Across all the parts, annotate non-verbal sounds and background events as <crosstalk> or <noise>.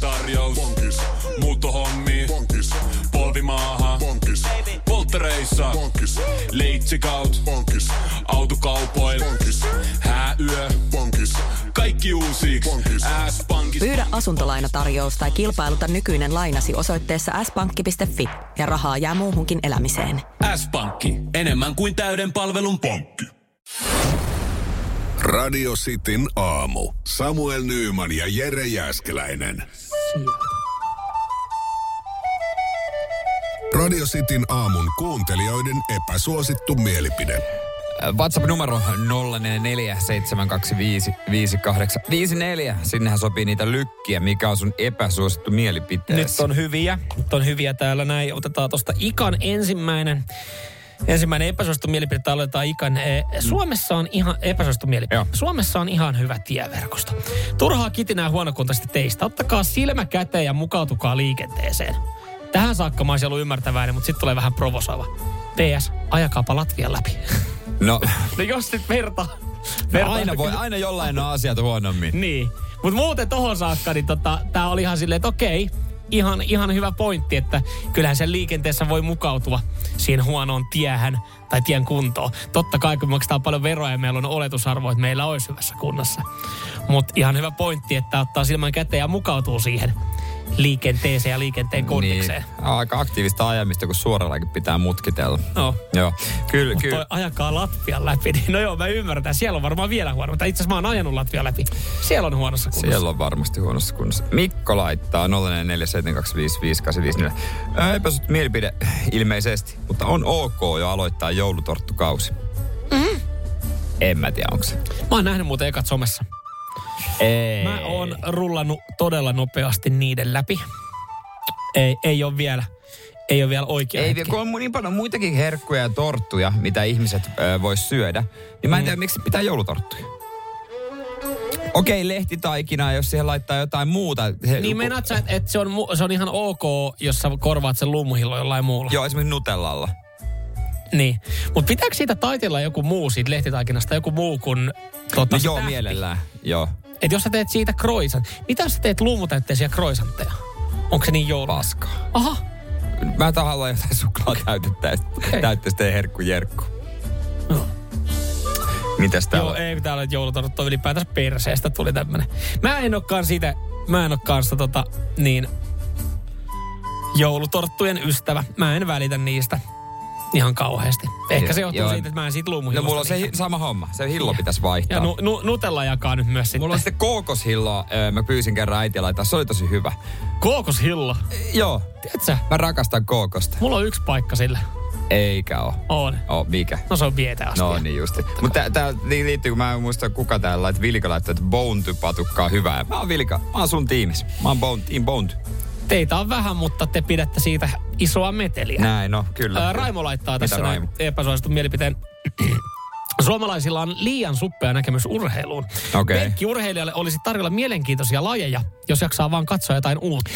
korjaus. Pankis. Muuttohommi. Pankis. Polvimaaha. Pankis. Polttereissa. Pankis. Leitsikaut. Pankis. Autokaupoil. Pankis. Hääyö. Pankis. Kaikki uusi. S-pankki. Pyydä asuntolainatarjous tai kilpailuta nykyinen lainasi osoitteessa s-pankki.fi ja rahaa jää muuhunkin elämiseen. S-pankki. Enemmän kuin täyden palvelun pankki. Radio Cityn aamu. Samuel Nyyman ja Jere Jäskeläinen. Radio Cityn aamun kuuntelijoiden epäsuosittu mielipide. WhatsApp-numero 0447255854. Sinnehän sopii niitä lykkiä, mikä on sun epäsuosittu Nyt mielipiteesi. on hyviä. Nyt on hyviä täällä näin. Otetaan tuosta Ikan ensimmäinen. Ensimmäinen epäsuosittu mielipide, täällä aloitetaan Ikan. Eh, Suomessa on ihan epäsuosittu mielipide. Joo. Suomessa on ihan hyvä tieverkosto. Turhaa kitinää huonokuntaisista teistä. Ottakaa silmä käteen ja mukautukaa liikenteeseen. Tähän saakka mä olisin ollut ymmärtäväinen, mutta sitten tulee vähän provosoiva. PS, ajakaapa Latvian läpi. No, no jos nyt vertaa. no aina, voi, aina jollain on asiat huonommin. Niin. Mutta muuten tohon saakka, niin tota, tää oli ihan silleen, että okei, ihan, ihan hyvä pointti, että kyllähän sen liikenteessä voi mukautua siihen huonoon tiehän tai tien kuntoon. Totta kai, kun maksetaan paljon veroja ja meillä on oletusarvo, että meillä olisi hyvässä kunnossa. Mutta ihan hyvä pointti, että ottaa silmän käteen ja mukautuu siihen liikenteeseen ja liikenteen kondikseen. Niin. aika aktiivista ajamista, kun suorallakin pitää mutkitella. No. Joo, kyllä, Mutta kyllä. toi ajakaa Latvian läpi, niin no joo, mä ymmärrän. Siellä on varmaan vielä huono, mutta itse asiassa mä oon ajanut Latvian läpi. Siellä on huonossa kunnossa. Siellä on varmasti huonossa kunnossa. Mikko laittaa 0447255854. Ää, Eipä sut mielipide <laughs> ilmeisesti, mutta on ok jo aloittaa joulutorttukausi. Mm. En mä tiedä, onko se. Mä oon nähnyt muuten ekat somessa. Ei. Mä oon rullannut todella nopeasti niiden läpi. Ei, ei ole vielä, ei ole vielä oikea Ei hetki. vielä, kun on niin paljon muitakin herkkuja ja torttuja, mitä ihmiset ö, vois syödä, niin mä en tiedä, miksi pitää joulutorttuja. Okei, lehtitaikinaa, jos siihen laittaa jotain muuta. He, Niin meinaat sä, että et se, on, mu- se on ihan ok, jos sä korvaat sen lummuhillo jollain muulla. Joo, esimerkiksi Nutellalla. No Niin. Mutta pitääkö siitä taitella joku muu siitä lehtitaikinasta, joku muu kuin... Tota, No, se joo, tähti? mielellään. Joo, Et jos sä teet siitä kroisan, mitä jos sä teet lummutäytteisiä kroisantteja? Onko se niin joulu? paskaa. Aha, Mä tahallaan jotain suklaatäytettä Okei. No. täyttäisi teidän herkkujerkku. Mitäs täällä? Joo, ei kun täällä on joulutorttu on ylipäätänsä perseestä tuli tämmönen. Mä en olekaan sitä, mä en olekaan sitä tota, niin, joulutorttujen ystävä. Mä en välitä niistä ihan kauheasti. Ehkä Joo, se johtuu joo. siitä, että mä en siitä no luumuhillosta. mulla on se hi- niitä. sama homma. Se hillo pitäisi vaihtaa. Ja no, nu, nu, Nutella jakaa nyt myös sitten. Mulla on sitten kookoshillo. ö, Mä pyysin kerran äitiä laittaa. Se oli tosi hyvä. kokoshillo. Joo. Tiedätkö, Mä rakastan kookosta. mulla on yksi paikka sille. Eikä oo. On. Oo, mikä? No se on vietä asti. No niin justi. Mutta tää niin liittyy, kun mä en muista kuka täällä laittoi. Vilka laittoi, että Bounty patukkaa hyvää. Mä oon Vilka. Mä oon sun tiimis. Mä oon Bounty. Team Bounty. Teitä on vähän, mutta te pidätte siitä isoa meteliä. Näin, no kyllä. Ää, Raimo laittaa Mitä tässä näin Raimo? epäsuositun mielipiteen. <clears throat> Suomalaisilla on liian suppea näkemys urheiluun. Okei. Penkkiurheilijalle olisi tarjolla mielenkiintoisia lajeja, jos jaksaa vaan katsoa jotain uutta.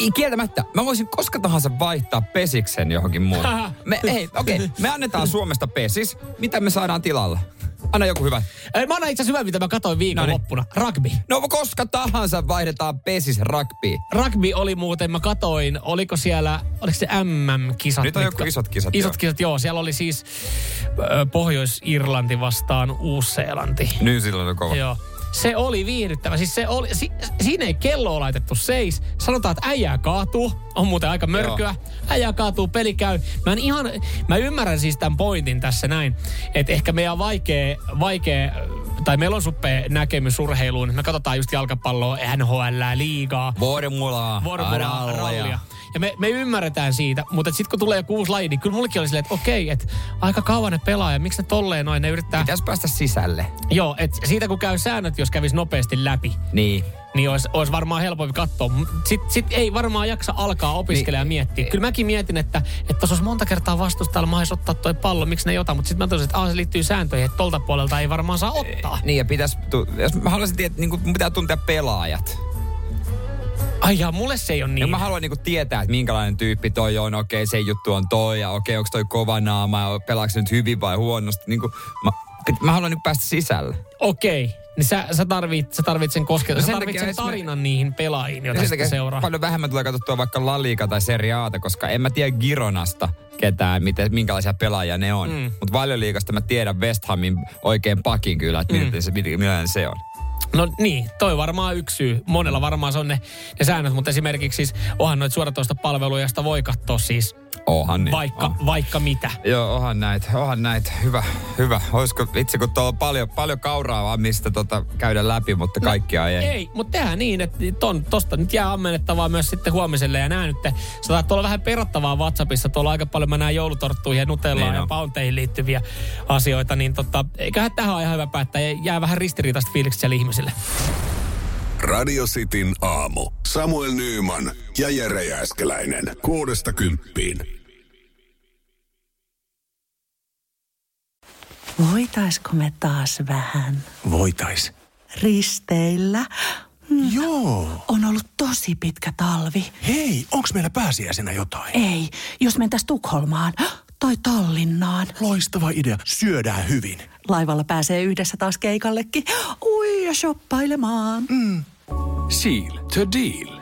I- Kieltämättä. Mä voisin koska tahansa vaihtaa pesiksen johonkin muuhun. Haha. Me, ei, okei. Okay. Me annetaan Suomesta pesis. Mitä me saadaan tilalle? Anna joku hyvä. Ei, Mä annan itse asiassa hyvän, mitä mä katsoin viikonloppuna. Rugby. No koska tahansa vaihdetaan pesis rugby. Rugby oli muuten, mä katoin, oliko siellä, oliko se MM-kisat? Nyt on joku isot kisat, Isot joo. kisat, joo. Siellä oli siis ö, Pohjois-Irlanti vastaan Uus-Seelanti. Nyt Niin, silloin on kova. Joo. Se oli viihdyttävä. Siis se oli, si, siinä ei kelloa laitettu seis. Sanotaan, että äijää kaatuu. On muuten aika mörköä. Äijää kaatuu, peli käy. Mä, en ihan, mä ymmärrän siis tämän pointin tässä näin. Että ehkä meidän on vaikea, vaikea tai meillä on suppea näkemys urheiluun. Me katsotaan just jalkapalloa, NHL, liigaa, Vuorimulaa. vuoropuolella, Aralla ja- rallia. Ja me, me ymmärretään siitä, mutta sitten kun tulee joku uusi laji, niin kyllä mullekin oli silleen, että okei, että aika kauan ne pelaa ja miksi ne tolleen noin, ne yrittää... Pitäis päästä sisälle. Joo, et siitä kun käy säännöt, jos kävisi nopeasti läpi, Niin. niin olisi olis varmaan helpompi katsoa. Sitten sit ei varmaan jaksa alkaa opiskella ja Niin. miettiä. Kyllä mäkin mietin, että tuossa olisi monta kertaa vastustajalla mahdollista ottaa toi pallo, miksi ne ei ota. Mutta sitten mä totesin, että aah, se liittyy sääntöihin, että tolta puolelta ei varmaan saa ottaa. Niin ja pitäis, tu- jos mä haluaisin tietää, niin mun pitää tuntea pelaajat. Ai jaa, mulle se ei ole Ja niin. mä haluan niinku tietää, että minkälainen tyyppi toi on, okei se juttu on toi, ja okei onko toi kova naama, ja pelaako se nyt hyvin vai huonosti. Niinku, mä, pit- mä haluan niinku päästä sisälle. Okei, niin sä, sä, tarvit, sä tarvit sen kosketus. No No, sä sen tarvit takia sen esim- tarinan niihin pelaajiin, joita Sen sitten takia seuraa. Paljon vähemmän tulee katsottua vaikka Laliika tai Seriaata, koska en mä tiedä Gironasta ketään, miten, minkälaisia pelaajia ne on. Mm. Mutta valioliikasta mä tiedän West Hamin oikein pakin kyllä, että mm. se, miten- millainen se on. No niin, toi varmaan yksi syy. Monella varmaan se on ne, ne säännöt, mutta esimerkiksi siis onhan noita suoratoista palveluja, joista voi katsoa siis Ohan niin. vaikka, on. vaikka mitä. Joo, onhan näitä, onhan näitä. Hyvä, hyvä. Olisiko itse, kun tuolla on paljon, paljon kauraa vaan, mistä tota käydä läpi, No, mutta kaikkia ei. Ei, mutta tehdään niin, että ton, tosta nyt jää ammennettavaa myös sitten huomiselle. Ja nää nyt, sä taat olla vähän perattavaa WhatsAppissa. Tuolla aika paljon mä näen joulutorttuihin ja nutellaan Niin niin ja on. paunteihin liittyviä asioita. Niin tota, eiköhän tähän ole ihan hyvä päättää. Ja jää vähän ristiriitaista fiilikset siellä ihmisille. Radio Cityn aamu. Samuel Nyyman ja Jere Jääskeläinen. Kuudesta kymppiin. Voitaisko me taas vähän Voitais. risteillä? Mm, Joo. On ollut tosi pitkä talvi. Hei, onks meillä pääsiäisenä jotain? Ei, jos mentäis Tukholmaan tai Tallinnaan. Loistava idea. Syödään hyvin. Laivalla pääsee yhdessä taas keikallekin. Ui ja shoppailemaan. Seal to Deal.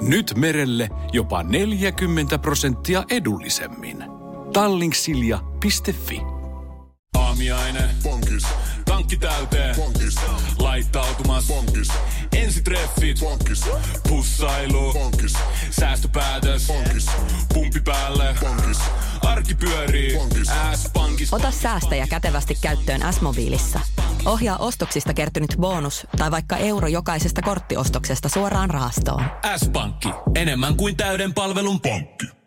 Nyt merelle jopa 40 prosenttia edullisemmin. Tallingsilja.fi Aamiaine. Bonkis, Tankki täyteen. bonkis, Laittautumas. bonkis, Ensitreffit. bonkis, Pussailu. bonkis, Säästöpäätös. Bonkis. Pumpi päälle. bonkis. Arki pyörii. Bonkis. S-pankki. Ota säästäjä kätevästi käyttöön S-mobiilissa. Ohjaa ostoksista kertynyt bonus tai vaikka euro jokaisesta korttiostoksesta suoraan rahastoon. S-pankki. Enemmän kuin täyden palvelun pankki.